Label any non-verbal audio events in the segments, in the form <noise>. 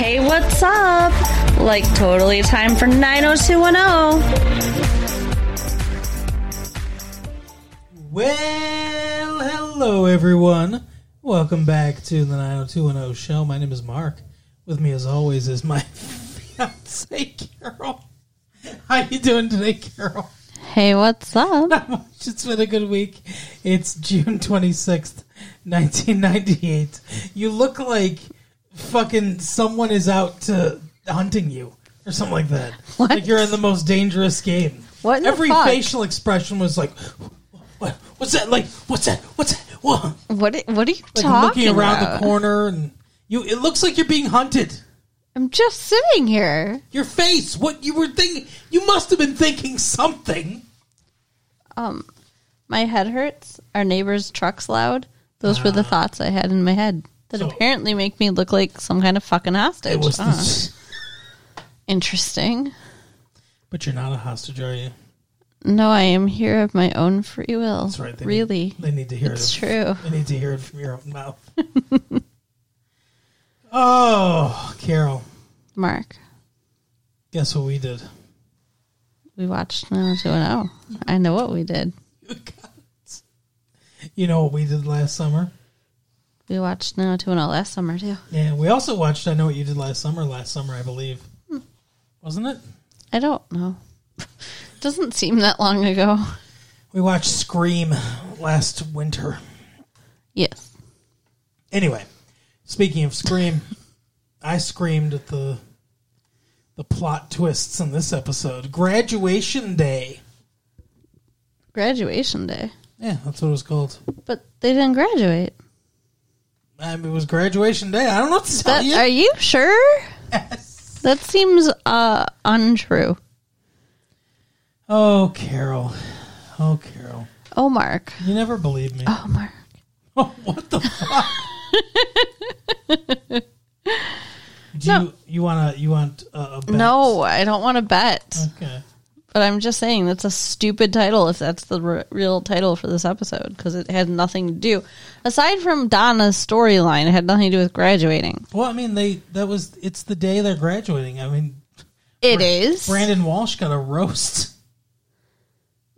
Hey, what's up? Like, totally time for 90210. Well, hello everyone. Welcome back to the 90210 show. My name is Mark. With me as always is my <laughs> fiance Carol. How you doing today, Carol? Hey, what's up? It's been a good week. It's June 26th, 1998. You look like fucking someone is out to hunting you or something like that. What? Like you're in the most dangerous game. What in the Every fuck? facial expression was like, what, what's that? Like, what's that? What's that? What? What i- What are you Like talking looking around about? the corner and you, it looks like you're being hunted. I'm just sitting here. Your face, what you were thinking, you must have been thinking something. Um, my head hurts. Our neighbor's truck's loud. Those were the thoughts I had in my head that Ah. So- apparently make me look like some kind of fucking hostage. It was Huh. interesting. But you're not a hostage, are you? No, I am here of my own free will. That's right. They really, Need, they need to hear it's it. true. They need to hear it from your own <laughs> mouth. oh, Carol, Mark, guess what we did? <laughs> we watched 90210. oh. I know what we did. You got it. You know what we did last summer? We watched 90210 last summer too. Yeah, we also watched I Know What You Did Last Summer last summer, I believe. Hmm. Wasn't it? I don't know. <laughs> Doesn't seem that long ago. We watched Scream last winter. Yes. Anyway, speaking of <laughs> Scream, I screamed at the the plot twists in this episode. Graduation day. Graduation day. Yeah, that's what it was called. But they didn't graduate. Oh, I mean, it was graduation day. I don't know what to tell That, you. Are you sure? That seems uh untrue. Oh, Carol. Oh, Carol. Oh, Mark. You never believe me. Oh, Mark. Oh, what the fuck? Do No. you you want to you want a, a bet? No, I don't want to bet. Okay. But I'm just saying that's a stupid title if that's the r- real title for this episode because it had nothing to do aside from Donna's storyline. It had nothing to do with graduating. Well, I mean, they that was it's the day they're graduating. I mean, It is. Brandon Walsh got a roast. <laughs>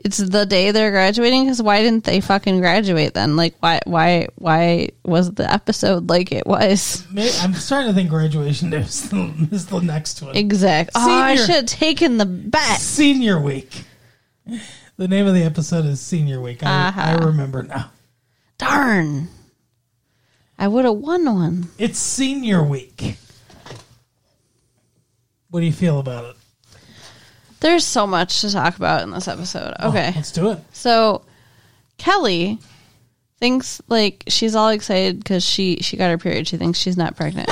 It's the day they're graduating because why didn't they fucking graduate then? Like why why why was the episode like it was? May I'm starting to think graduation day is the, is the next one. Exactly. Oh, I Senior. should have taken the bet. Senior week. The name of the episode is Senior Week. I, Uh-huh. I remember now. Darn. I would have won one. It's Senior Week. What do you feel about it? There's so much to talk about in this episode. Okay. Let's do it. So Kelly thinks like she's all excited because she she got her period. She thinks she's <laughs> not pregnant.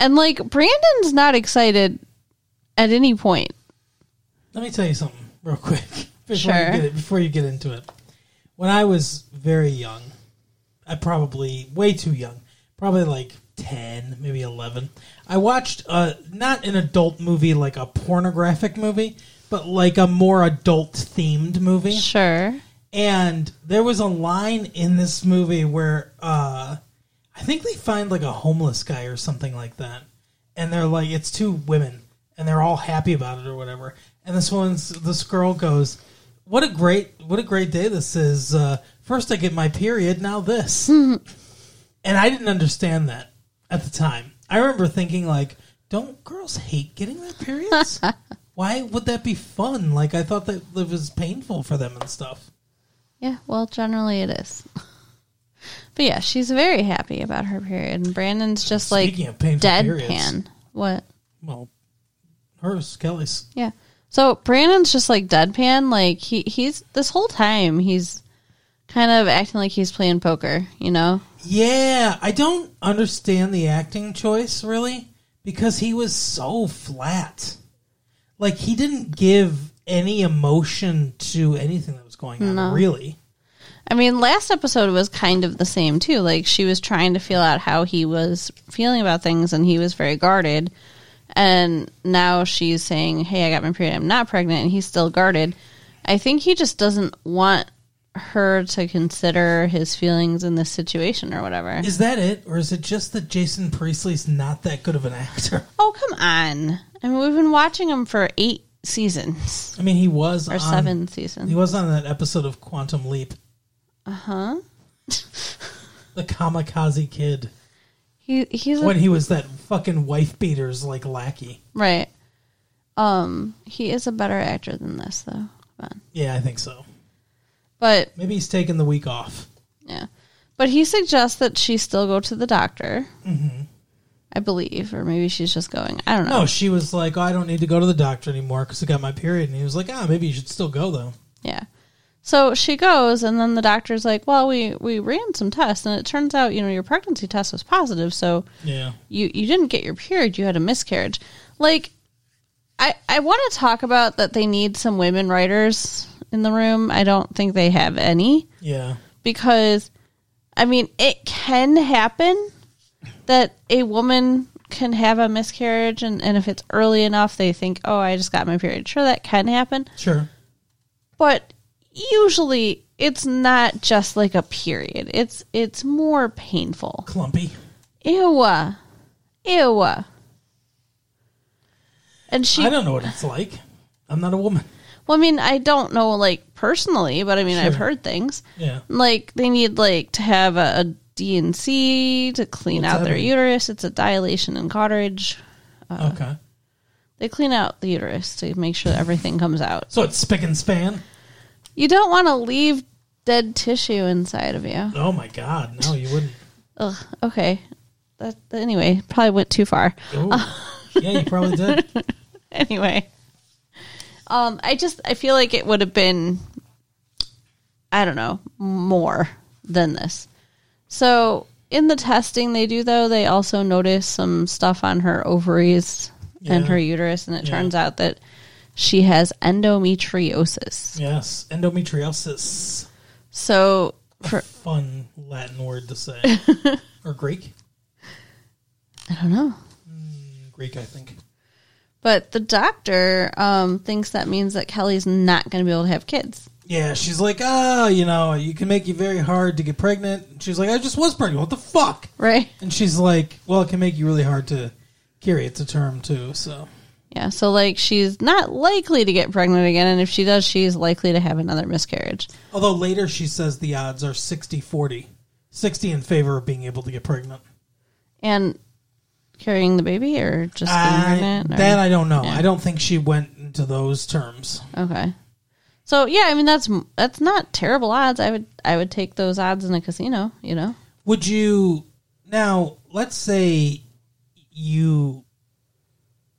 and like Brandon's not excited at any point. Let me tell you something real quick <laughs> before Sure. you get it, before you get into it. When I was very young, I probably way too young, probably like ten, maybe eleven. I watched uh not an adult movie like a pornographic movie, but like a more adult themed movie. Sure. And there was a line in this movie where uh, I think they find like a homeless guy or something like that, and they're like, it's two women, and they're all happy about it or whatever. And this one's this girl goes, "What a great, what a great day this is! Uh, first I get my period, now this." and I didn't understand that at the time. I remember thinking like, "Don't girls hate getting their periods?" Why would that be fun? Like I thought that it was painful for them and stuff. Yeah, well, generally it is. <laughs> But yeah, she's very happy about her period, and Brandon's just Speaking like of painful deadpan. periods. What? Well, hers, Kelly's. Yeah. So Brandon's just like deadpan. Like he he's this whole time he's kind of acting like he's playing poker. You know? Yeah, I don't understand the acting choice really because he was so flat. Like he didn't give any emotion to anything that was going on. Really, I mean, last episode was kind of the same too. Like she was trying to feel out how he was feeling about things, and he was very guarded. And now she's saying, "Hey, I got my period. I'm not pregnant," and he's still guarded. I think he just doesn't want her to consider his feelings in this situation or whatever. Is that it, or is it just that Jason Priestley's not that good of an actor? <laughs> Oh, come on. I mean, we've been watching him for eight seasons I mean, he was or on, seven He seasons. was on that episode of Quantum Leap, Uh huh. the kamikaze kid, He he's a when he was that fucking wife beater's like lackey. Right. Um, he is a better actor than this, though. Come on. Yeah, I think so. But Maybe he's taking the week off. yeah, but he suggests that she still go to the doctor. Mm-hmm. I believe, or maybe she's just going. I don't know. No, she was like, oh, I don't need to go to the doctor anymore because I got my period. And he was like, ah, maybe you should still go, though. Yeah. So she goes, and then the doctor's like, "Well, we we ran some tests, and it turns out, you know, your pregnancy test was positive. So Yeah. you you didn't get your period you had a miscarriage like i i want to talk about that they need some women writers in the room i don't think they have any Yeah. because i mean it can happen that a woman can have a miscarriage and, and if it's early enough they think oh i just got my period sure that can happen Sure. but usually it's not just like a period it's it's more painful Clumpy. Ew. Ew. And she, I don't know what it's like. I'm not a woman. well, I mean, I don't know, like, personally, but I mean, I've Sure. heard things. Yeah. Like, they need, like, to have a, a DNC to clean What's out their that mean? uterus. It's a dilation and cottage. okay. They clean out the uterus to make sure that everything comes out. So it's spick and span. You don't want to leave dead tissue inside of you. Oh my God. No, you wouldn't. Ugh, okay. That, anyway, probably went too far. Ooh. yeah, you probably did. <laughs> anyway um i just i feel like it would have been i don't know more than this so in the testing they do though they also notice some stuff on her ovaries and Yeah. her uterus and it Yeah. turns out that she has endometriosis Yes. Endometriosis. so for, Fun Latin word to say. or Greek. i don't know Greek, I think. but the doctor um, thinks that means that kelly's not going to be able to have kids Yeah, she's like, ah, you know, you can make it very hard to get pregnant. And she's like, I just was pregnant. What the fuck? right And she's like, well, it can make you really hard to carry it to term, too. So, Yeah, so like she's not likely to get pregnant again, and if she does, she's likely to have another miscarriage. although later she says the odds are 60 40. 60 in favor of being able to get pregnant. And carrying the baby or just being I, pregnant? or- Uh, that I don't know. Yeah. I don't think she went into those terms. okay. So yeah, I mean that's that's not terrible odds. I would I would take those odds in a casino, you know. Would you now? Let's say you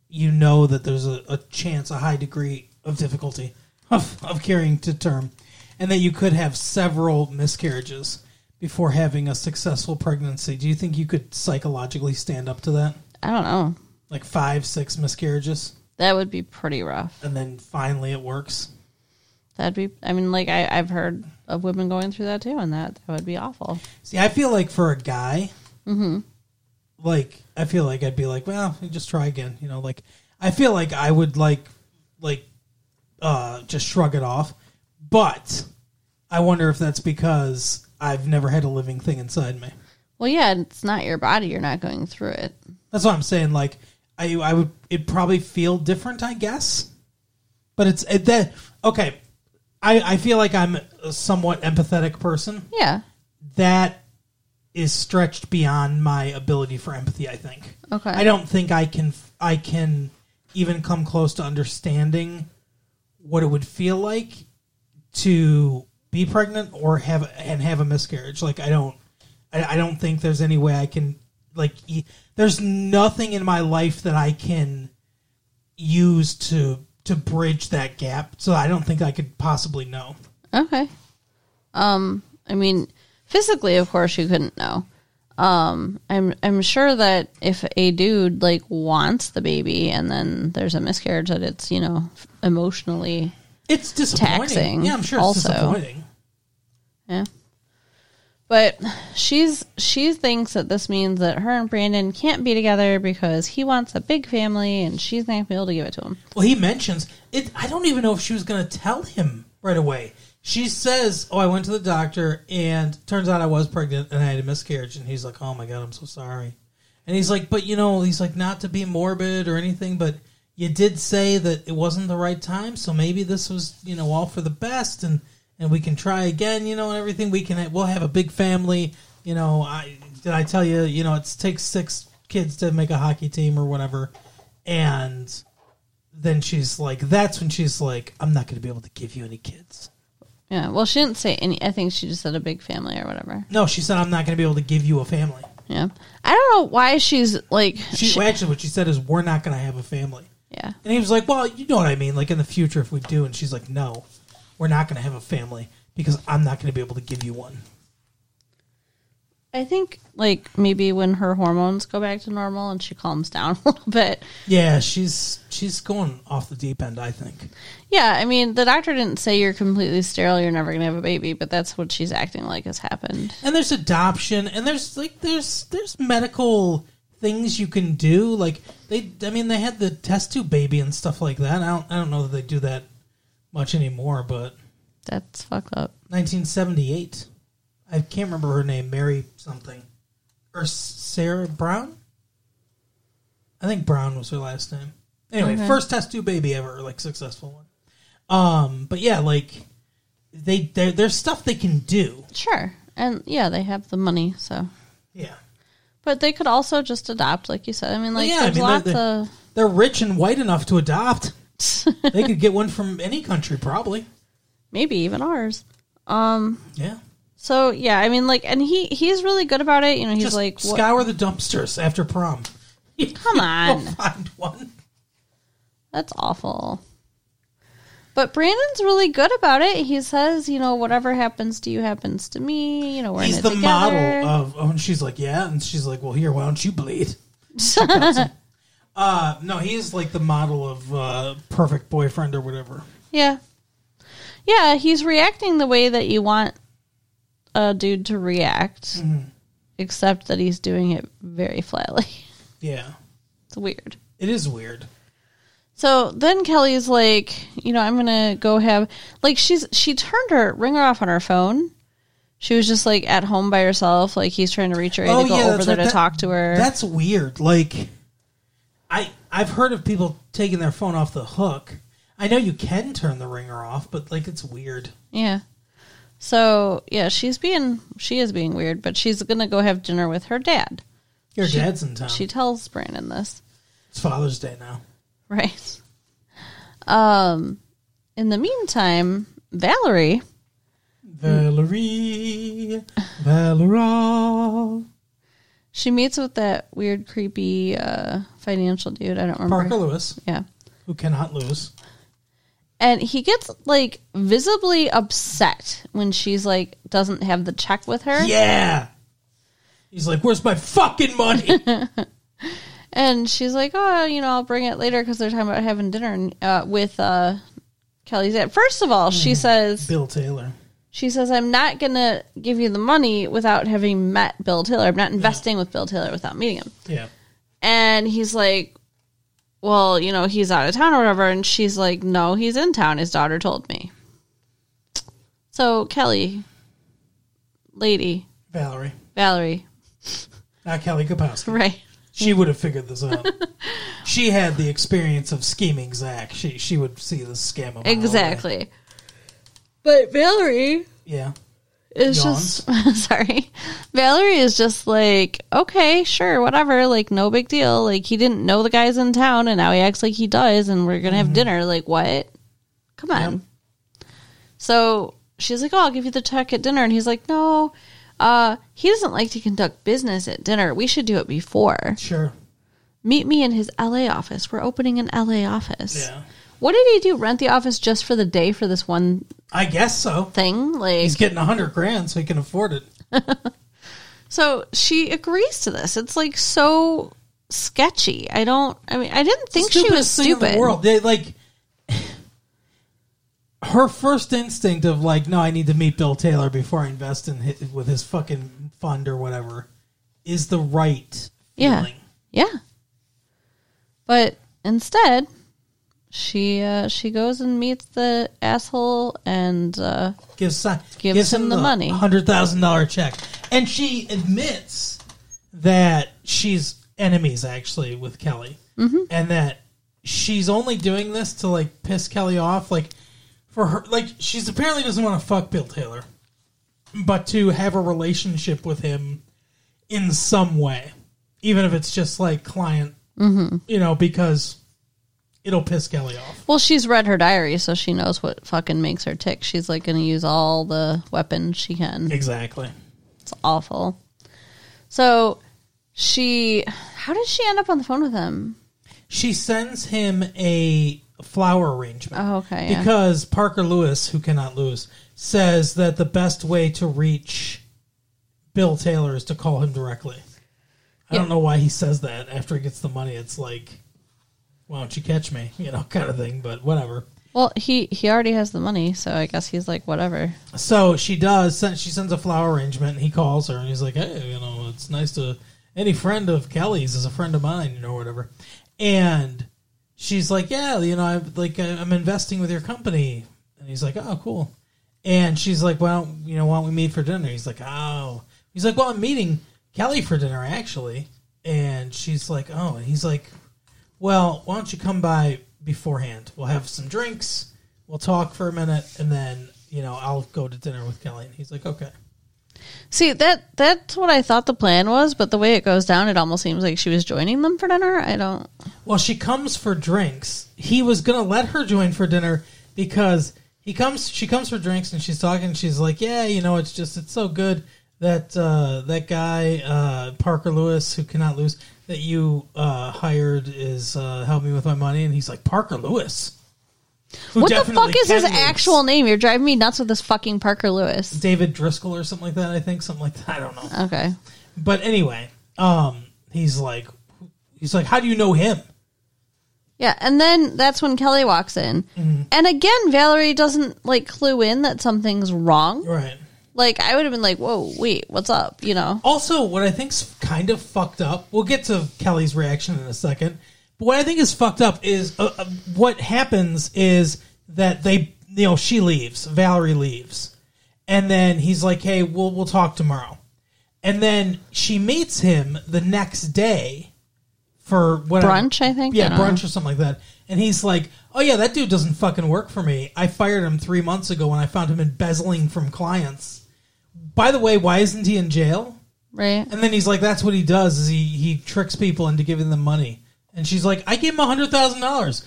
you know that there's a, a chance, a high degree of difficulty of, of carrying to term, and that you could have several miscarriages before having a successful pregnancy. Do you think you could psychologically stand up to that? I don't know. Like five, six miscarriages, That would be pretty rough. and then finally it works. That'd be I mean like I I've heard of women going through that too, and that that would be awful. See, I feel like for a guy, like I feel like I'd be like, well, just try again. You know, like I feel like I would like, like, uh, just shrug it off. But I wonder if that's because I've never had a living thing inside me. Well, yeah, it's not your body. You're not going through it. That's what I'm saying. Like, I I would it probably feel different, I guess. But it's it, that okay. I I feel like I'm a somewhat empathetic person. Yeah. that is stretched beyond my ability for empathy. I think. Okay. I don't think I can. I can even come close to understanding what it would feel like to be pregnant or have and have a miscarriage. Like I don't. I, I don't think there's any way I can. Like e- there's nothing in my life that I can use to to bridge that gap. So I don't think I could possibly know. Okay. Um, I mean, physically, of course, you couldn't know. Um, I'm I'm sure that if a dude like wants the baby and then there's a miscarriage, that it's you know f- emotionally, It's disappointing. Taxing, yeah, I'm sure it's also. disappointing. yeah. But she's she thinks that this means that her and Brandon can't be together because he wants a big family and she's not gonna be able to give it to him. Well, he mentions it. I don't even know if she was going to tell him right away. She says, "Oh, I went to the doctor, and turns out I was pregnant, and I had a miscarriage." And he's like, "Oh my god, I'm so sorry." And he's like, "But you know, he's like, not to be morbid or anything, but you did say that it wasn't the right time, so maybe this was, you know, all for the best, and and we can try again, you know, and everything. We can, we'll have a big family, you know. I did I tell you, you know, it takes six kids to make a hockey team or whatever, and." Then she's like, that's when she's like, I'm not going to be able to give you any kids. Yeah. Well, she didn't say any. I think she just said a big family or whatever. No, she said, I'm not going to be able to give you a family. Yeah. I don't know why she's like. She, she- well, actually, what she said is, we're not going to have a family. yeah. And he was like, well, you know what I mean. Like in the future, if we do. And she's like, no, we're not going to have a family because I'm not going to be able to give you one. I think like maybe when her hormones go back to normal and she calms down <laughs> a little bit. Yeah, she's she's going off the deep end, I think. Yeah, I mean, the doctor didn't say you're completely sterile, you're never going to have a baby, but that's what she's acting like has happened. And there's adoption, and there's like there's there's medical things you can do. Like they, I mean, they had the test tube baby and stuff like that. I don't I don't know that they do that much anymore, but That's fucked up. 1978. I can't remember her name, Mary something. Or S- Sarah Brown? I think Brown was her last name. Anyway, Okay. first test tube baby ever, like successful one. Um, but yeah, like they there there's stuff they can do. Sure. And yeah, they have the money, so. Yeah. But they could also just adopt, like you said. I mean, like, yeah, I there's mean, they're- lots they're- of. They're rich and white enough to adopt. they could get one from any country probably. <laughs> maybe even ours. Yeah. So yeah, I mean, like, and he he's really good about it. You know, he's Just like, what- scour the dumpsters after prom. come <laughs> You'll on, find one. that's awful. But Brandon's really good about it. He says, you know, whatever happens to you happens to me. You know, we're He's in it the together. model <laughs> of. Oh, and she's like, yeah, and she's like, well, here, why don't you bleed? Check out some- uh, no, he's like the model of uh, perfect boyfriend or whatever. yeah, yeah. He's reacting the way that you want a dude to react, Mm-hmm. except that he's doing it very <laughs> flatly. Yeah, it's weird. it is weird. So then Kelly's like, you know, I'm gonna go have like she's she turned her ringer off on her phone. She was just like at home by herself. Like he's trying to reach her to go over Oh, that's there right. to That- talk to her. That's weird. Like, I I've heard of people taking their phone off the hook. I know you can turn the ringer off, but like, it's weird. yeah. So yeah, she's being she is being weird, but she's gonna go have dinner with her dad. Your dad's in town. She tells Brandon this, <laughs> it's Father's Day now. right? Um, in the meantime, Valerie Hmm. Valerie, Valera, she meets with that weird, creepy uh, financial dude. I don't remember. Parker Lewis, Yeah. who cannot lose. and he gets like visibly upset when she's like doesn't have the check with her Yeah. He's like, "Where's my fucking <laughs> money?" and she's like oh you know i'll bring it later because they're talking about having dinner uh, with uh, kelly's aunt first of all she says Bill Taylor. she says i'm not gonna give you the money without having met bill taylor i'm not investing with bill taylor without meeting him Yeah. and he's like well you know he's out of town or whatever and she's like no he's in town his daughter told me so kelly lady Valerie, Valerie. not Kelly Kapowski. Right. She would have figured this out. she had the experience of scheming Zach. She she would see the scam. a mile away. <laughs> Exactly. But Valerie Yeah. is just <laughs> sorry. Valerie is just like, okay, sure, whatever, like no big deal. Like he didn't know the guy's in town and now he acts like he does and we're gonna have dinner. Like what? Come on. Yep. So she's like, Oh, I'll give you the check at dinner and he's like, No, uh, he doesn't like to conduct business at dinner. We should do it before. Sure. Meet me in his LA office. We're opening an LA office. Yeah. What did he do? Rent the office just for the day for this one I guess so. thing? Like, He's getting a hundred grand, so he can afford it. so she agrees to this. It's like so sketchy. I don't. I mean, I didn't think she was Stupidest thing stupid. In the world. They, like her first instinct of like, no, I need to meet Bill Taylor before I invest in his, with his fucking fund or whatever, is the right Yeah. feeling. Yeah. But instead, she uh, she goes and meets the asshole and uh, gives si- Gives him the money. hundred thousand dollar check, and she admits that she's enemies actually with Kelly, Mm-hmm. and that she's only doing this to like piss Kelly off, like for her, like she's apparently doesn't want to fuck Bill Taylor, but to have a relationship with him in some way, even if it's just like client, Mm-hmm. you know, because it'll piss Kelly off. well, she's read her diary, so she knows what fucking makes her tick. She's like going to use all the weapons she can. Exactly. It's awful. So she, how did she end up on the phone with him? she sends him a flower arrangement. Oh, okay, yeah. Because Parker Lewis, who cannot lose, says that the best way to reach Bill Taylor is to call him directly. I Yeah. don't know why he says that after he gets the money. It's like, why don't you catch me? You know, <laughs> kind of thing, but whatever. Well, he he already has the money, so I guess he's like whatever. So she does. Send, she sends a flower arrangement, and he calls her, and he's like, "Hey, you know, it's nice to any friend of Kelly's is a friend of mine, you know, or whatever." And she's like, "Yeah, you know, I'm like I- I'm investing with your company," and he's like, "Oh, cool." And she's like, "Well, you know, why don't we meet for dinner?" He's like, "Oh," he's like, "Well, I'm meeting Kelly for dinner actually," and she's like, "Oh," and he's like, well, why don't you come by beforehand? We'll have some drinks, we'll talk for a minute, and then you know I'll go to dinner with Kelly. And he's like, okay, See that that's what I thought the plan was, but the way it goes down, it almost seems like she was joining them for dinner. I don't. Well, she comes for drinks. He was gonna let her join for dinner because he comes. She comes for drinks and she's talking. She's like, "Yeah, you know, it's just it's so good that uh, that guy uh, Parker Lewis, who cannot lose, that you uh, hired is uh, helping me with my money." And he's like, "Parker Lewis." who What the definitely fuck is can his lose." actual name? You're driving me nuts with this fucking Parker Lewis. David Driscoll or something like that? I think something like that. I don't know. Okay. But anyway, um, he's like, he's like, "How do you know him?" Yeah, and then that's when Kelly walks in. Mm-hmm. And again, Valerie doesn't like clue in that something's wrong. Right. Like I would have been like, "Whoa, wait, what's up?" You know. Also, what I think's kind of fucked up. We'll get to Kelly's reaction in a second. But what I think is fucked up is uh, uh, what happens is that they, you know, she leaves. Valerie leaves, and then he's like, "Hey, we'll we'll talk tomorrow." And then she meets him the next day for whatever Brunch, I think? I Yeah, don't know. brunch or something like that. And he's like, "Oh yeah, that dude doesn't fucking work for me. I fired him three months ago when I found him embezzling from clients." By the way, why isn't he in jail? Right. And then he's like, "That's what he does. Is he he tricks people into giving them money." And she's like, "I gave him hundred thousand dollars."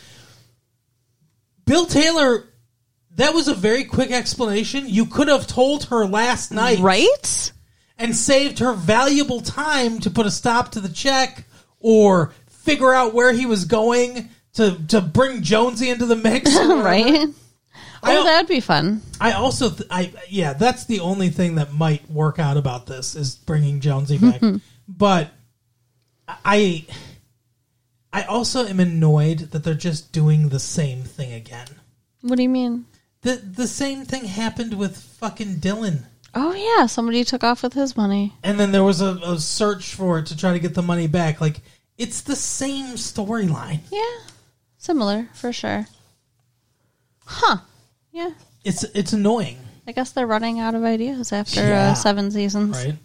Bill Taylor, that was a very quick explanation. You could have told her last night, Right? and saved her valuable time to put a stop to the check or figure out where he was going to to bring Jonesy into the mix. right? I Oh, don't- that'd be fun. I also, th- I yeah, that's the only thing that might work out about this is bringing Jonesy back. but I, I also am annoyed that they're just doing the same thing again. What do you mean? The the same thing happened with fucking Dylan, Oh yeah, somebody took off with his money. and then there was a, a search for it to try to get the money back. Like it's the same storyline. Yeah. Similar, for sure. Huh. Yeah. It's it's annoying, I guess they're running out of ideas after Yeah. uh, seven seasons. right?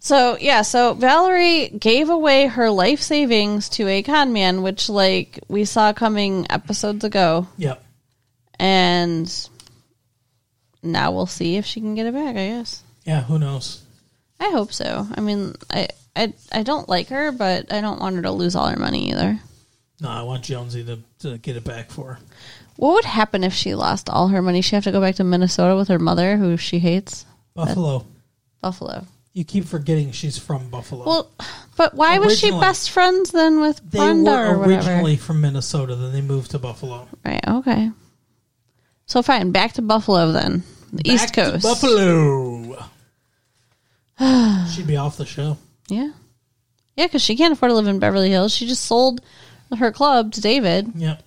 So, yeah, so Valerie gave away her life savings to a con man, which, like, we saw coming episodes ago. Yep. And now we'll see if she can get it back, I guess. Yeah. Who knows? I hope so. I mean, I, I, I don't like her, but I don't want her to lose all her money either. No, I want Jonesy to, to get it back for. her. What would happen if she lost all her money? She have to go back to Minnesota with her mother, who she hates, Buffalo. Buffalo. You keep forgetting she's from Buffalo. Well, but why was she Originally- best friends then with they Brenda or were whatever? originally from Minnesota, then they moved to Buffalo. Right. Okay. So fine, back to Buffalo then, the East Back to Coast. <sighs> Buffalo. She'd be off the show. Yeah. Yeah, because she can't afford to live in Beverly Hills. She just sold her club to David, Yep.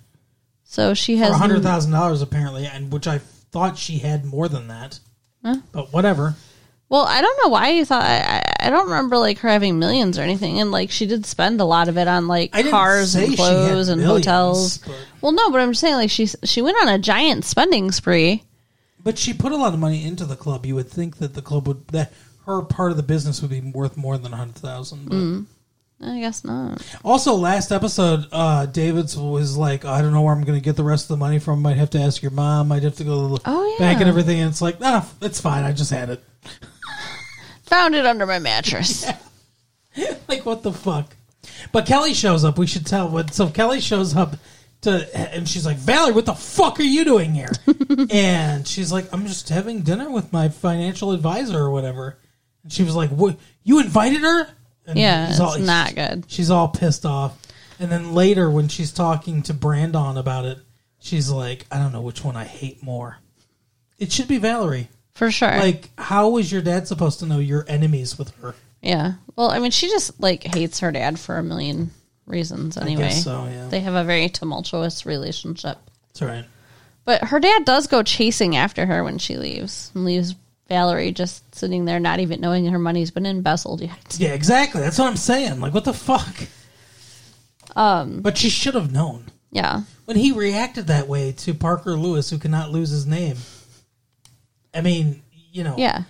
so she For has hundred thousand dollars apparently, and which I thought she had more than that. Huh? But whatever. Well, I don't know why you thought I, I I don't remember like her having millions or anything, and like she did spend a lot of it on like I didn't cars say and she had clothes and millions, hotels. but- Well, no, but I'm just saying like she she went on a giant spending spree. But she put a lot of money into the club. You would think that the club would that her part of the business would be worth more than a hundred thousand. but- I guess not. Also, last episode, uh, David's was like, "I don't know where I'm going to get the rest of the money from. Might have to ask your mom. Might have to go to the Oh, yeah. bank and everything." And it's like, "Nah, f- it's fine. I just had it." Found it under my mattress. <laughs> like, what the fuck? But Kelly shows up. We should tell what. So Kelly shows up to, and she's like, "Valerie, what the fuck are you doing <laughs> here?" and she's like, "I'm just having dinner with my financial advisor or whatever." And she was like, "What? You invited her?" And Yeah, he's all- it's not good. She's all pissed off. And then later, when she's talking to Brandon about it, she's like, I don't know which one I hate more. It should be Valerie. For sure. Like, how was your dad supposed to know your enemies with her? yeah. Well, I mean, she just like hates her dad for a million reasons anyway. I guess so, yeah. They have a very tumultuous relationship. That's right. But her dad does go chasing after her when she leaves and leaves Valerie just sitting there not even knowing her money's been embezzled yet. Yeah, exactly. That's what I'm saying. Like, what the fuck? Um, but she should have known. Yeah. When he reacted that way to Parker Lewis, who cannot lose his name, I mean, you know, Yeah.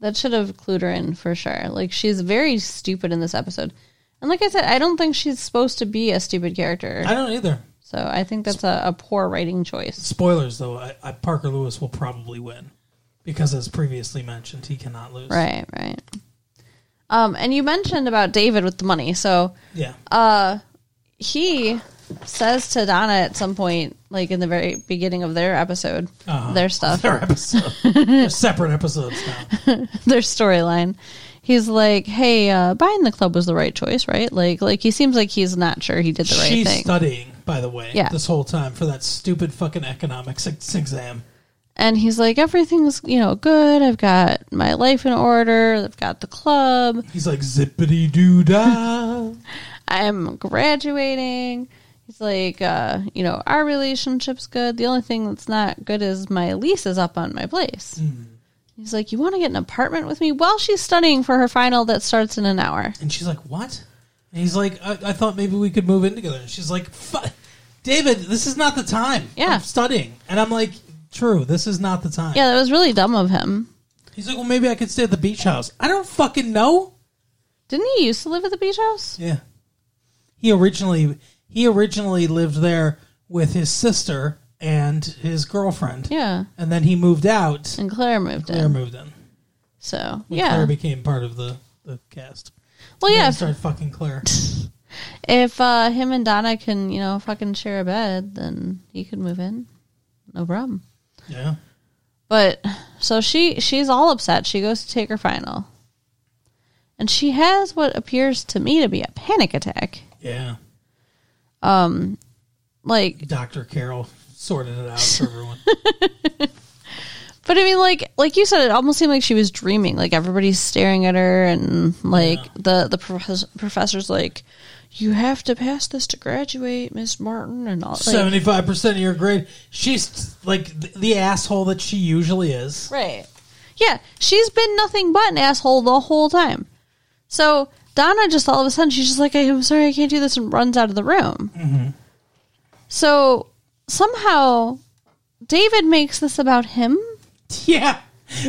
That should have clued her in for sure. Like she's very stupid in this episode. And like I said, I don't think she's supposed to be a stupid character. I don't either. So I think that's a, a poor writing choice. spoilers though I, I, parker lewis will probably win because as previously mentioned he cannot lose Right, right. Um, and you mentioned about David with the money. So yeah he says to Donna at some point, like in the very beginning of their episode, <laughs> their stuff, their episode They're separate episodes now <laughs> their storyline. He's like, "Hey, uh, buying the club was the right choice, right? Like, like he seems like he's not sure he did the right she's thing." studying by the way Yeah. this whole time for that stupid fucking economics ex- exam and he's like, "Everything's you know good. I've got my life in order. I've got the club. he's like zippity doo dah I'm graduating." He's like, uh, "You know, our relationship's good. The only thing that's not good is my lease is up on my place." Hmm. He's like, "You want to get an apartment with me?" While she's studying for her final that starts in an hour. and she's like what and he's like I, I thought maybe we could move in together and she's like Fu david this is not the time Yeah. I'm studying and i'm like true this is not the time Yeah, that was really dumb of him. he's like well maybe i could stay at the beach house i don't fucking know Didn't he used to live at the beach house? Yeah. He originally he originally lived there with his sister and his girlfriend. Yeah. And then he moved out. And Claire moved Claire in. moved in. So When yeah. Claire became part of the, the cast. well, Then yeah. he If, started fucking <laughs> Claire. if uh, him and Donna can, you know, fucking share a bed, then he could move in. No problem. Yeah. But so she she's all upset. She goes to take her final, and she has what appears to me to be a panic attack. Yeah. Like Dr. Carol sorted it out <laughs> for everyone. But I mean, like, like you said, it almost seemed like she was dreaming. Like everybody's staring at her, and like the the professor, professor's like, "You have to pass this to graduate, Miss Martin," and all. Like, Seventy five percent of your grade. She's like th- the asshole that she usually <laughs> is. right? Yeah, she's been nothing but an asshole the whole time. So Donna just all of a sudden she's just like, "I'm sorry, I can't do this," and runs out of the room. So somehow, David makes this about him. Yeah.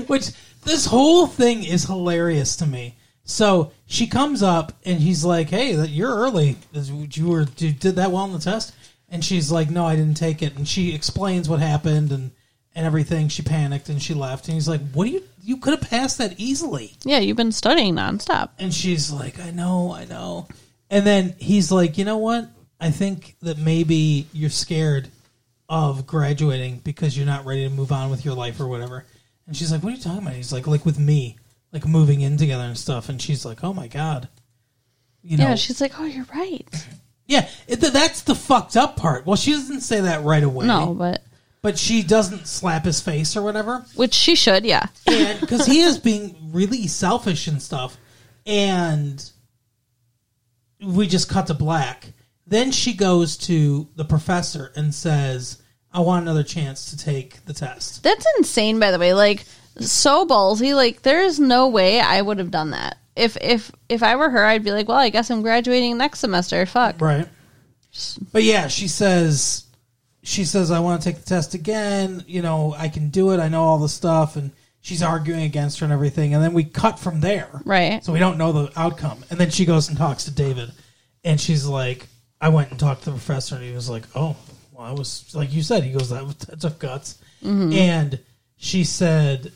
Which this whole thing is hilarious to me. So she comes up and he's like, "Hey, that you're early. Is- You were you did that well on the test?" And she's like, "No, I didn't take it." And she explains what happened and and everything. She panicked and she left. And he's like, "What do you? You could have passed that easily." Yeah, you've been studying nonstop. And she's like, I know, I know. And then he's like, you know what? I think that maybe you're scared of graduating because you're not ready to move on with your life or whatever. And she's like, what are you talking about? He's like, like with me, like moving in together and stuff. And she's like, oh my God. You know, Yeah, she's like, "Oh, you're right." yeah, it, th- that's the fucked up part. Well, she doesn't say that right away. No, but But she doesn't slap his face or whatever. which she should, yeah. and because he is being really selfish and stuff, and we just cut to black. Then she goes to the professor and says, "I want another chance to take the test." That's insane, by the way. Like so ballsy. Like there is no way I would have done that. If if if I were her, I'd be like, well, I guess I'm graduating next semester. Fuck. Right. But yeah, she says she says I want to take the test again, you know, I can do it. I know all the stuff and she's arguing against her and everything and then we cut from there. Right. So we don't know the outcome. And then she goes and talks to David and she's like I went and talked to the professor and he was like, "Oh, well, I was like you said." He goes, "That was that took guts." And she said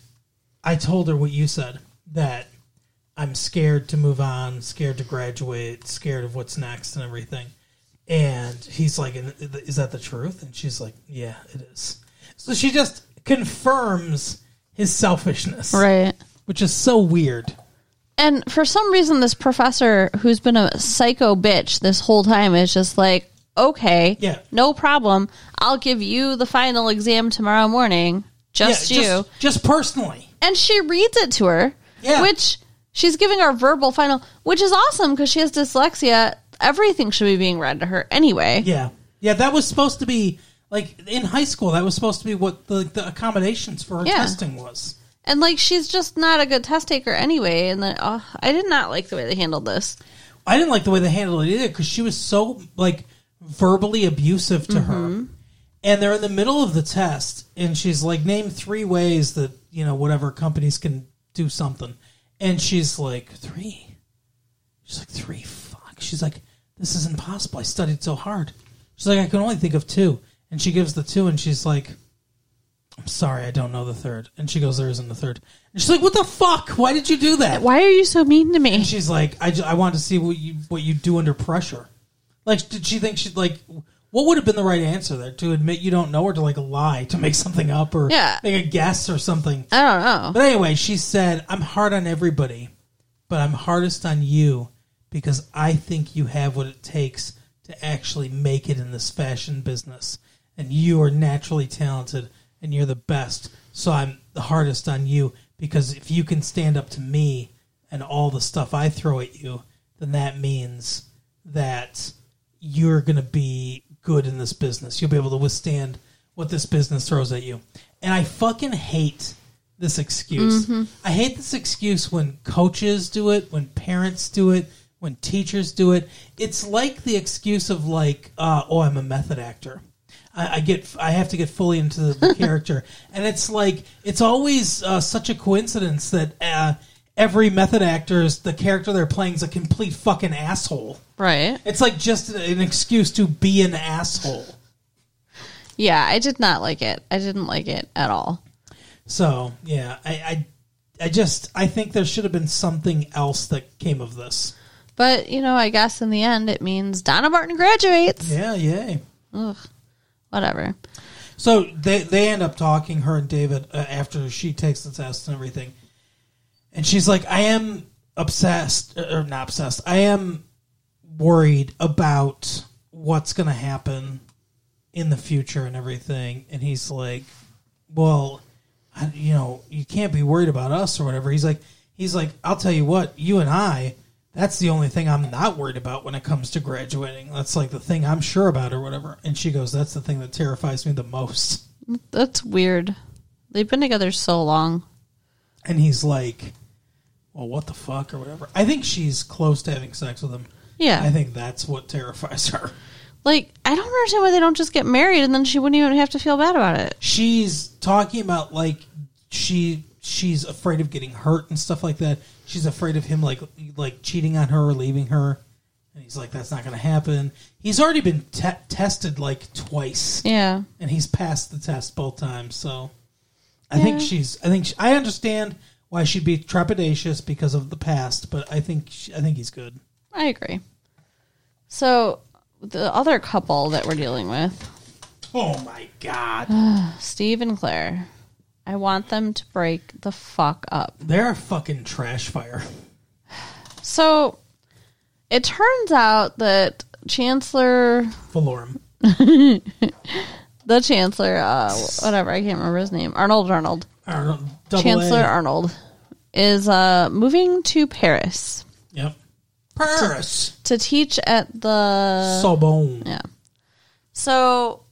I told her what you said that I'm scared to move on, scared to graduate, scared of what's next and everything. And he's like, Is that the truth? And she's like, Yeah, it is. So she just confirms his selfishness, Right. which is so weird. And for some reason, this professor who's been a psycho bitch this whole time is just like, okay, Yeah. no problem. I'll give you the final exam tomorrow morning. Just Yeah, you. Just, just personally. and she reads it to her. Yeah. Which she's giving her verbal final, which is awesome because she has dyslexia. Everything should be being read to her anyway. Yeah. Yeah, that was supposed to be, like, in high school, that was supposed to be what the, the accommodations for her Yeah. testing was. And like she's just not a good test taker anyway. And then oh, I did not like the way they handled this. I didn't like the way they handled it either because she was so like verbally abusive to her. And they're in the middle of the test, and she's like, "Name three ways that you know whatever companies can do something." And she's like, three. She's like, three. Fuck. She's like, this is impossible. I studied so hard. She's like, I can only think of two. And she gives the two, and she's like, I'm sorry, I don't know the third. And she goes, there isn't a third. And she's like, what the fuck? Why did you do that? Why are you so mean to me? <laughs> And she's like, I, ju- I want to see what you what you do under pressure. Like, did she think she'd like? What would have been the right answer there? To admit you don't know, or to like lie to make something up, or Yeah. make a guess or something. I don't know. But anyway, she said, "I'm hard on everybody, but I'm hardest on you because I think you have what it takes to actually make it in this fashion business, and you are naturally talented and you're the best. So I'm the hardest on you because if you can stand up to me and all the stuff I throw at you, then that means that you're going to be good in this business. You'll be able to withstand what this business throws at you. And I fucking hate this excuse. I hate this excuse when coaches do it, when parents do it, when teachers do it. It's like the excuse of like, uh, oh, I'm a method actor. I, I get, I have to get fully into the character, and it's like it's always uh, such a coincidence that uh, every method actor's the character they're playing is a complete fucking asshole. Right. It's like just an excuse to be an asshole. Yeah, I did not like it. I didn't like it at all. So yeah, I, I, I just I think there should have been something else that came of this. But, you know, I guess in the end it means Donna Martin graduates. Yeah, yay. Whatever. So they they end up talking her and David uh, after she takes the test and everything, and she's like, "I am obsessed uh, or not obsessed. I am worried about what's going to happen in the future and everything." And he's like, "Well, I, you know, you can't be worried about us or whatever." He's like, "He's like, I'll tell you what, you and I." That's the only thing I'm not worried about when it comes to graduating. That's like the thing I'm sure about or whatever. And she goes, That's the thing that terrifies me the most. That's weird. They've been together so long. and he's like, "Well, what the fuck or whatever." I think she's close to having sex with him. Yeah. I think that's what terrifies her. Like, I don't understand why they don't just get married and then she wouldn't even have to feel bad about it. She's talking about like she she's afraid of getting hurt and stuff like that. She's afraid of him like like cheating on her or leaving her. And he's like, "That's not going to happen." He's already been te- tested like twice. Yeah. and he's passed the test both times. So I think she's. I think she, I understand why she'd be trepidatious because of the past, but I think she, I think he's good. I agree. So, the other couple that we're dealing with, Oh my god, Steve and Claire, I want them to break the fuck up. they're a fucking trash fire. So, it turns out that Chancellor, Valorum. the Chancellor, uh, whatever, I can't remember his name, Arnold Arnold, Or double Chancellor A. Arnold, is uh, moving to Paris Yep. Paris. to teach at the Sorbonne. Yeah. So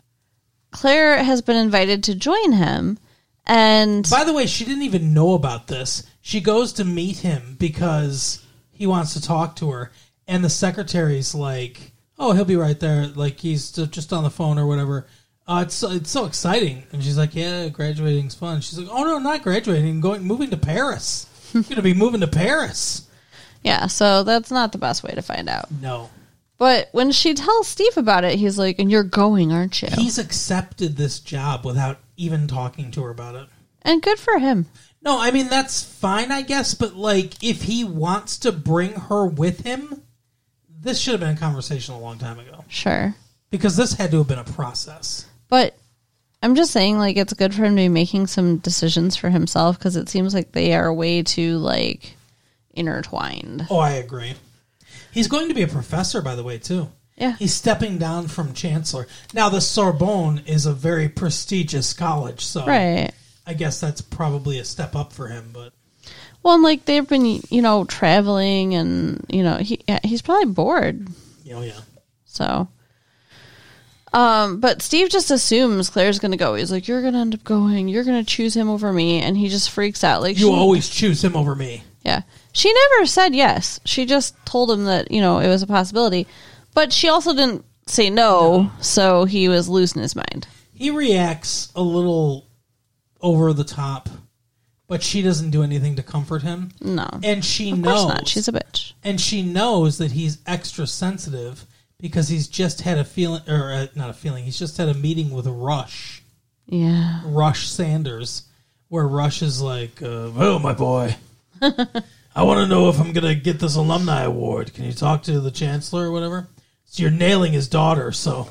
Claire has been invited to join him, And By the way, she didn't even know about this. She goes to meet him because he wants to talk to her, and the secretary's like, "Oh, he'll be right there. Like he's ju- just on the phone or whatever." Uh, it's so- it's so exciting, and she's like, "Yeah, graduating's fun." She's like, "Oh no, not graduating. I'm going moving to Paris. I'm gonna be moving to Paris." yeah, so that's not the best way to find out. No, But when she tells Steve about it, he's like, "And you're going, aren't you?" he's accepted this job without even talking to her about it. and good for him. No, I mean that's fine, I guess, but like if he wants to bring her with him, this should have been a conversation a long time ago Sure. because this had to have been a process. But I'm just saying, like, it's good for him to be making some decisions for himself because it seems like they are way too, like, intertwined. Oh, I agree. He's going to be a professor by the way, too. Yeah. He's stepping down from chancellor. Now the Sorbonne is a very prestigious college, so Right. I guess that's probably a step up for him, but Well, and, like, they've been, you know, traveling and, you know, he yeah, he's probably bored. you know, yeah. So. Um, but Steve just assumes Claire's gonna go. He's like, "You're gonna end up going. You're gonna choose him over me," and he just freaks out. Like, You she- always choose him over me. Yeah. She never said yes. She just told him that, you know, it was a possibility. But she also didn't say no, so he was losing his mind. He reacts a little over the top, but she doesn't do anything to comfort him. No. and she of course knows not. She's a bitch. and she knows that he's extra sensitive because he's just had a feeling or uh, not a feeling he's just had a meeting with rush Yeah. rush sanders where rush is like uh, well my boy i want to know if i'm gonna get this alumni award can you talk to the chancellor or whatever so you're nailing his daughter so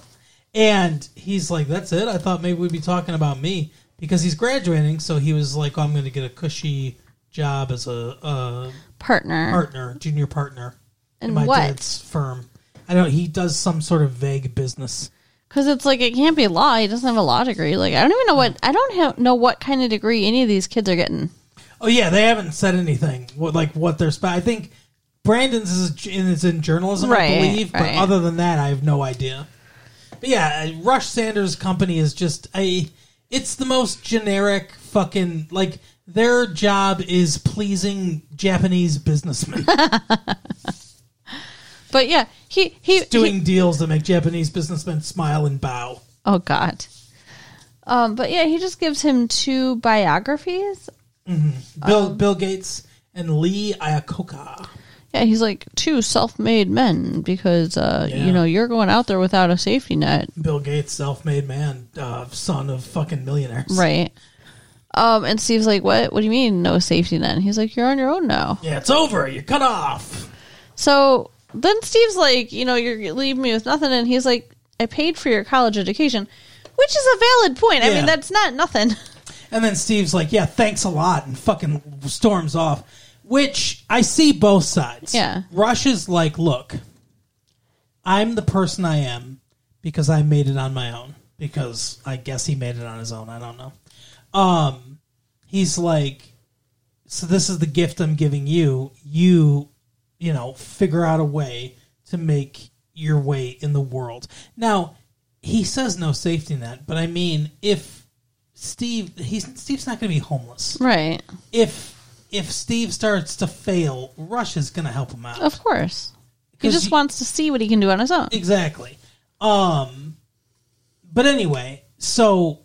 and he's like that's it i thought maybe we'd be talking about me because he's graduating so he was like oh, i'm gonna get a cushy job as a uh, Partner. partner, junior partner And in my what? dad's firm. I don't. He does some sort of vague business. Because it's like, it can't be law. He doesn't have a law degree. Like, I don't even know what, I don't have, know what kind of degree any of these kids are getting. Oh yeah, they haven't said anything. What like what their spot? I think Brandon's is in, is in journalism, I Right, believe. right. But other than that, I have no idea. But yeah, uh, Rush Sanders' company is just a. It's the most generic fucking like their job is pleasing Japanese <laughs> businessmen, But yeah, he, he, doing deals that make Japanese businessmen smile and bow. Oh God. Um, but yeah, he just gives him two biographies. Bill Um, Bill Gates and Lee Iacocca. Yeah, he's like two self-made men because uh, Yeah. you know you're going out there without a safety net, Bill Gates, self-made man, uh, son of fucking millionaires. right? Um, and Steve's like, "What? What do you mean no safety net?" And he's like, "You're on your own now." Yeah, it's over. You're cut off. So then Steve's like, "You know, you're leaving me with nothing," and he's like, "I paid for your college education," which is a valid point. I Yeah. mean, that's not nothing. And then Steve's like, "Yeah, thanks a lot," and fucking storms off. Which I see both sides. Yeah. Rush is like, "Look, I'm the person I am because I made it on my own. Because I guess he made it on his own. I don't know." Um, he's like, "So this is the gift I'm giving you. You, you know, figure out a way to make your way in the world." Now, he says no safety net, but I mean, if Steve, he's Steve's not going to be homeless. <laughs> right. If if Steve starts to fail, Rush is going to help him out. Of course. He 'Cause just you- wants to see what he can do on his own. Exactly. Um, but anyway, so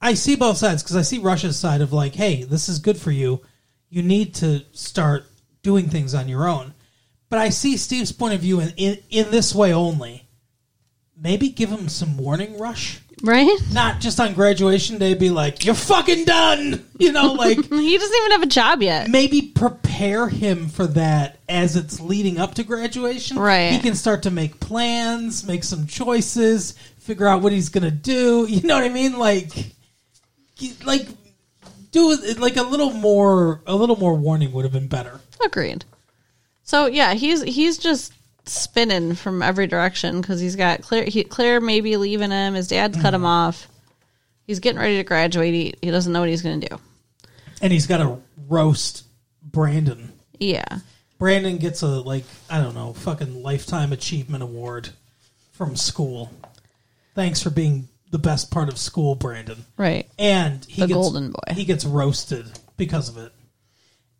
I see both sides because I see Russia's side of like, hey, this is good for you. You need to start doing things on your own. But I see Steve's point of view in, in, in this way only. Maybe give him some warning, Rush. Right? <laughs> Not just on graduation day, be like, you're fucking done. You know, like, He doesn't even have a job yet. maybe prepare him for that as it's leading up to graduation. Right. He can start to make plans, make some choices, figure out what he's gonna do. <laughs> You know what I mean? Like, he- like do it like a little more. A little more warning would have been better. Agreed. So yeah, he's he's just spinning from every direction because he's got Claire. He, Claire may be leaving him. His dad's cut him off. He's getting ready to graduate. He, he doesn't know what he's going to do. And he's got to roast Brandon. Yeah, Brandon gets a like I don't know fucking lifetime achievement award from school. Thanks for being the best part of school, Brandon. right. And he The gets, golden boy. He gets roasted because of it.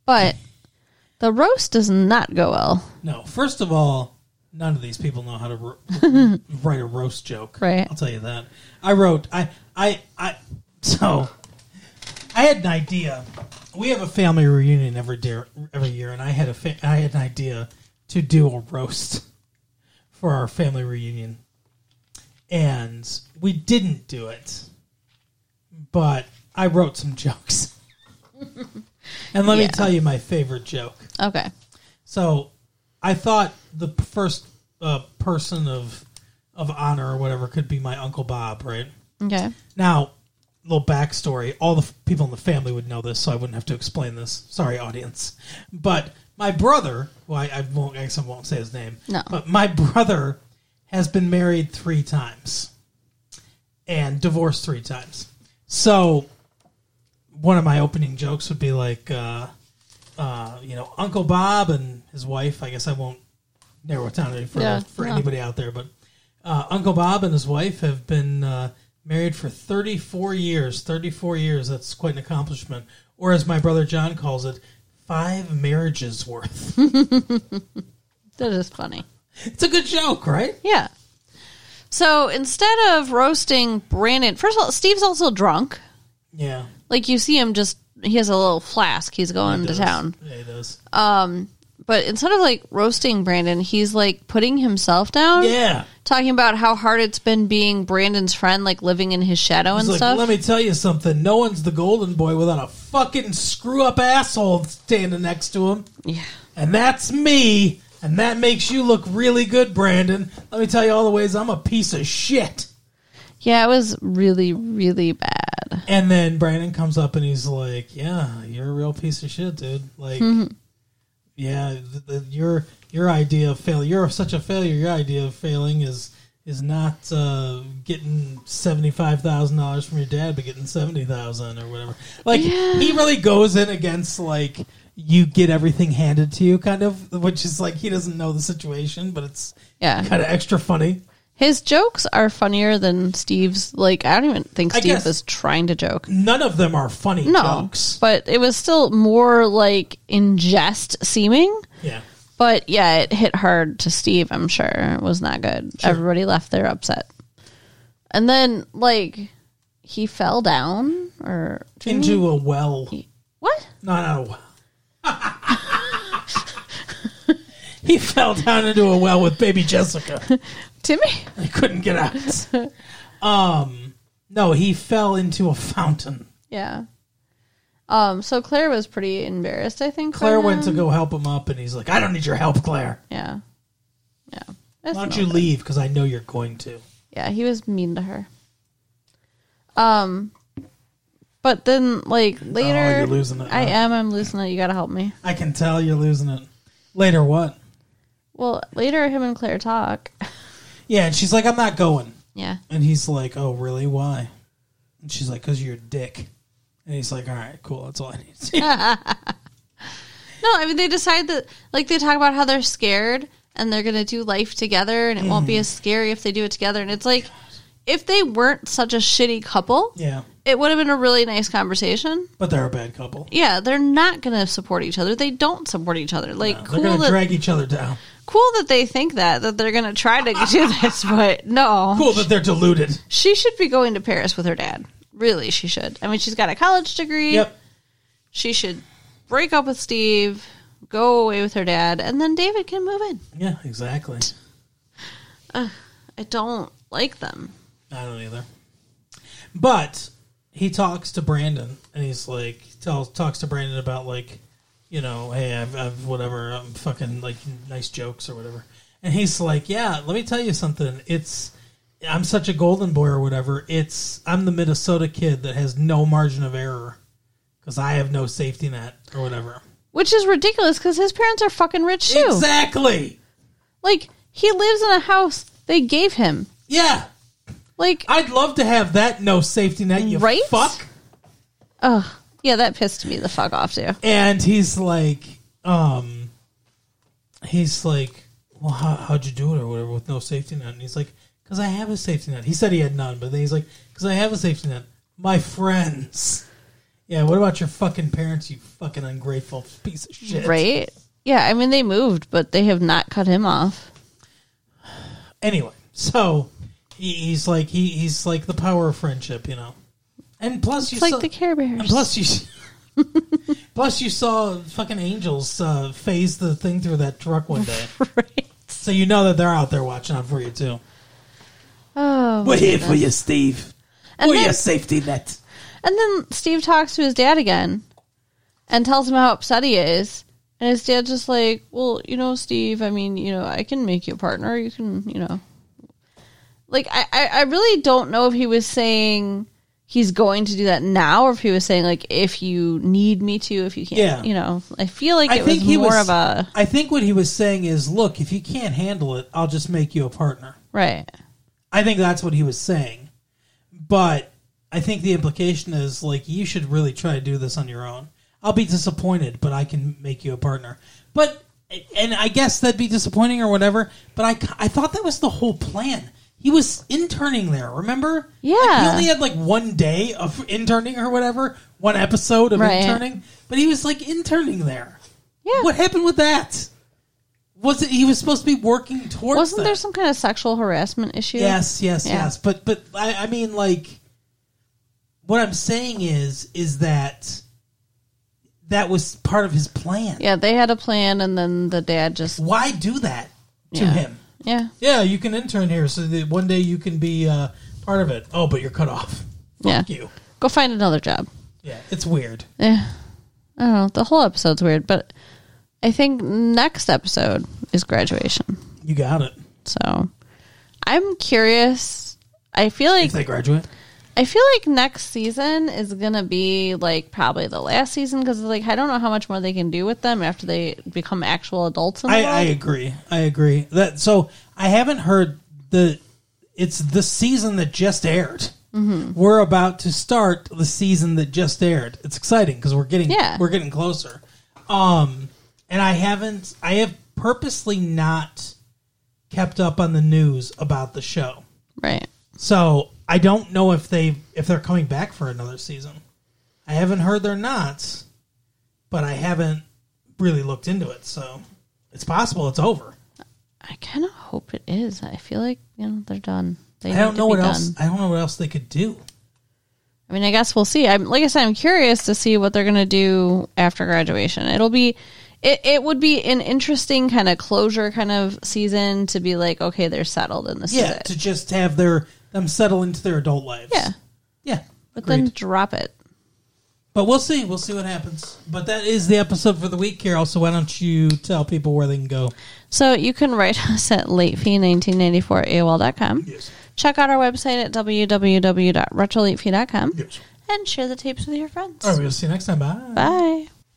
But the roast does not go well, No, first of all, none of these people know how to <laughs> ro- write a roast joke. Right. I'll tell you that. I wrote. I. I. I. So, I had an idea. We have a family reunion every dear, every year, and I had a. Fa- I had an idea to do a roast for our family reunion, and we didn't do it. But I wrote some <laughs> jokes, and let Yeah. me tell you my favorite joke. okay. So I thought the p- first uh, person of of honor or whatever could be my uncle Bob, right? Okay. Now, little backstory: all the f- people in the family would know this, so I wouldn't have to explain this. Sorry, audience. But my brother, who I, I won't, I guess I won't say his name. No. But my brother has been married three times and divorced three times. So one of my opening jokes would be like, uh, uh, you know, Uncle Bob and his wife. I guess I won't narrow it down any further Yeah, for no. anybody out there, but uh, Uncle Bob and his wife have been uh, married for 34 years. 34 years, that's quite an accomplishment. Or as my brother John calls it, five marriages <laughs> worth. That is funny. it's a good joke, right? Yeah. So instead of roasting Brandon, first of all, Steve's also drunk. Yeah. Like you see him just, he has a little flask. He's going to Does. town. Oh, Yeah, he does. But instead of like roasting Brandon, he's like putting himself down. yeah. Talking about how hard it's been being Brandon's friend, like living in his shadow and He's like, stuff. let me tell you something. No one's the golden boy without a fucking screw up asshole standing next to him. yeah. And that's me. And that makes you look really good, Brandon. Let me tell you all the ways I'm a piece of shit. Yeah, it was really, really bad. And then Brandon comes up and he's like, "Yeah, you're a real piece of shit, dude. Like, Mm-hmm. yeah, th- th- your your idea of fail, you're such a failure. Your idea of failing is is not uh, getting seventy five thousand dollars from your dad, but getting seventy thousand or whatever. Like, he really goes in against like." You get everything handed to you, kind of, which is like he doesn't know the situation, but it's Yeah. kind of extra funny. His jokes are funnier than Steve's. Like, I don't even think I Steve guess- was trying to joke. None of them are funny No, jokes. but it was still more like in jest seeming. Yeah. But yeah, it hit hard to Steve, I'm sure. It was not good. Everybody left there upset. And then, like, he fell down or. Into a well. What? No, <laughs> not a well. he fell down into a well with baby Jessica. Timmy? He couldn't get out. Um, no, he fell into a fountain. Yeah. Um, so Claire was pretty embarrassed, I think. by Claire went to then. go help him up, and he's like, "I don't need your help, Claire. Yeah. Yeah. That's Why don't no- you leave? Because I know you're going to." Yeah, he was mean to her. Um, but then like later, Oh, you're losing it Uh-huh. I now. am. I'm losing it. You gotta help me. I can tell you're losing it. Later, what? Well, later, him and Claire talk. <laughs> Yeah, and she's like, "I'm not going," Yeah, and he's like, "Oh, really? Why?" And she's like, "Cause you're a dick." And he's like, "All right, cool. That's all I need." to see." no, I mean they decide that like they talk about how they're scared and they're gonna do life together, and it won't be Mm-hmm. as scary if they do it together. And it's like if they weren't such a shitty couple, yeah, it would have been a really nice conversation. but they're a bad couple. Yeah, they're not gonna support each other. They don't support each other. Like They're cool gonna that drag each other down. cool that they think that that they're gonna try to do <laughs> this, but no. Cool that they're deluded. She should be going to Paris with her dad. Really, she should. I mean, she's got a college degree. Yep. She should break up with Steve, go away with her dad, and then David can move in. Yeah, exactly. I don't like them. I don't either. But he talks to Brandon and he's like tells talks to Brandon about like, you know, hey, I've, I've whatever, I'm fucking like nice jokes or whatever. And he's like, yeah, let me tell you something. It's I'm such a golden boy or whatever. It's I'm the Minnesota kid that has no margin of error because I have no safety net or whatever. Which is ridiculous because his parents are fucking rich too. Exactly. Like, he lives in a house they gave him. Yeah. Like, I'd love to have that no safety net, you Right? fuck. oh, yeah, that pissed me the fuck off too. And he's like, um, he's like, well, how, how'd you do it or whatever with no safety net? And he's like, because I have a safety net. He said he had none, but then he's like, because I have a safety net. My friends. Yeah, what about your fucking parents, you fucking ungrateful piece of shit? Right? Yeah, I mean, they moved, but they have not cut him off. Anyway, so he, he's like, he, he's like the power of friendship, you know? And plus, you It's like saw- the Care Bears. And plus you, <laughs> plus you saw fucking angels uh, phase the thing through that truck one day, <laughs> right. so you know that they're out there watching out for you too. Oh. We're here for you, Steve. And oh, We're then- your safety net. And then Steve talks to his dad again and tells him how upset he is. And his dad's just like, Well, you know, Steve, I mean, you know, I can make you a partner. You can, you know. Like, I, I, I really don't know if he was saying he's going to do that now or if he was saying, like, if you need me to, if you can't, Yeah. you know. I feel like I it think was he more was. of a. I think what he was saying is, look, if you can't handle it, I'll just make you a partner. Right. I think that's what he was saying, but I think the implication is like you should really try to do this on your own. I'll be disappointed, but I can make you a partner. But and I guess that'd be disappointing or whatever. But I I thought that was the whole plan. He was interning there. Remember? Yeah. Like, he only had like one day of interning or whatever, one episode of Right. interning. But he was like interning there. Yeah. What happened with that? Was it he was supposed to be working towards? Wasn't there that? some kind of sexual harassment issue? Yes, yes, Yeah. yes. But but I, I mean, like, what I'm saying is is that that was part of his plan. Yeah, they had a plan and then the dad just. Why do that to Yeah. him? Yeah. Yeah, you can intern here, so that one day you can be uh, part of it. Oh, but you're cut off. Yeah. Fuck you. Go find another job. Yeah, it's weird. Yeah. Eh, I don't know. The whole episode's weird, but I think next episode is graduation. You got it. So I'm curious. I feel like If they graduate, I feel like next season is gonna be like probably the last season because like I don't know how much more they can do with them after they become actual adults. In the I, world. I agree. I agree. That so I haven't heard the. It's the season that just aired. We're about to start the season that just aired. It's exciting because we're getting Yeah. we're getting closer. Um, and I haven't. I have purposely not kept up on the news about the show, right. so I don't know if they if they're coming back for another season. I haven't heard they're not, but I haven't really looked into it. So it's possible it's over. I kind of hope it is. I feel like you know they're done. They I don't know what else. Done. I don't know what else they could do. I mean, I guess we'll see. I'm like I said, I'm curious to see what they're going to do after graduation. It'll be, it it would be an interesting kind of closure kind of season to be like, okay, they're settled and this is Yeah, it. to just have their them settle into their adult lives. Yeah, yeah. but agreed. then drop it. but we'll see. We'll see what happens. But that is the episode for the week, Carol. So why don't you tell people where they can go? So you can write <laughs> us at latefee1994 AOL.com. Yes. Check out our website at www.retrolatefee.com Yes. and share the tapes with your friends. All right. We'll see you next time. Bye. Bye.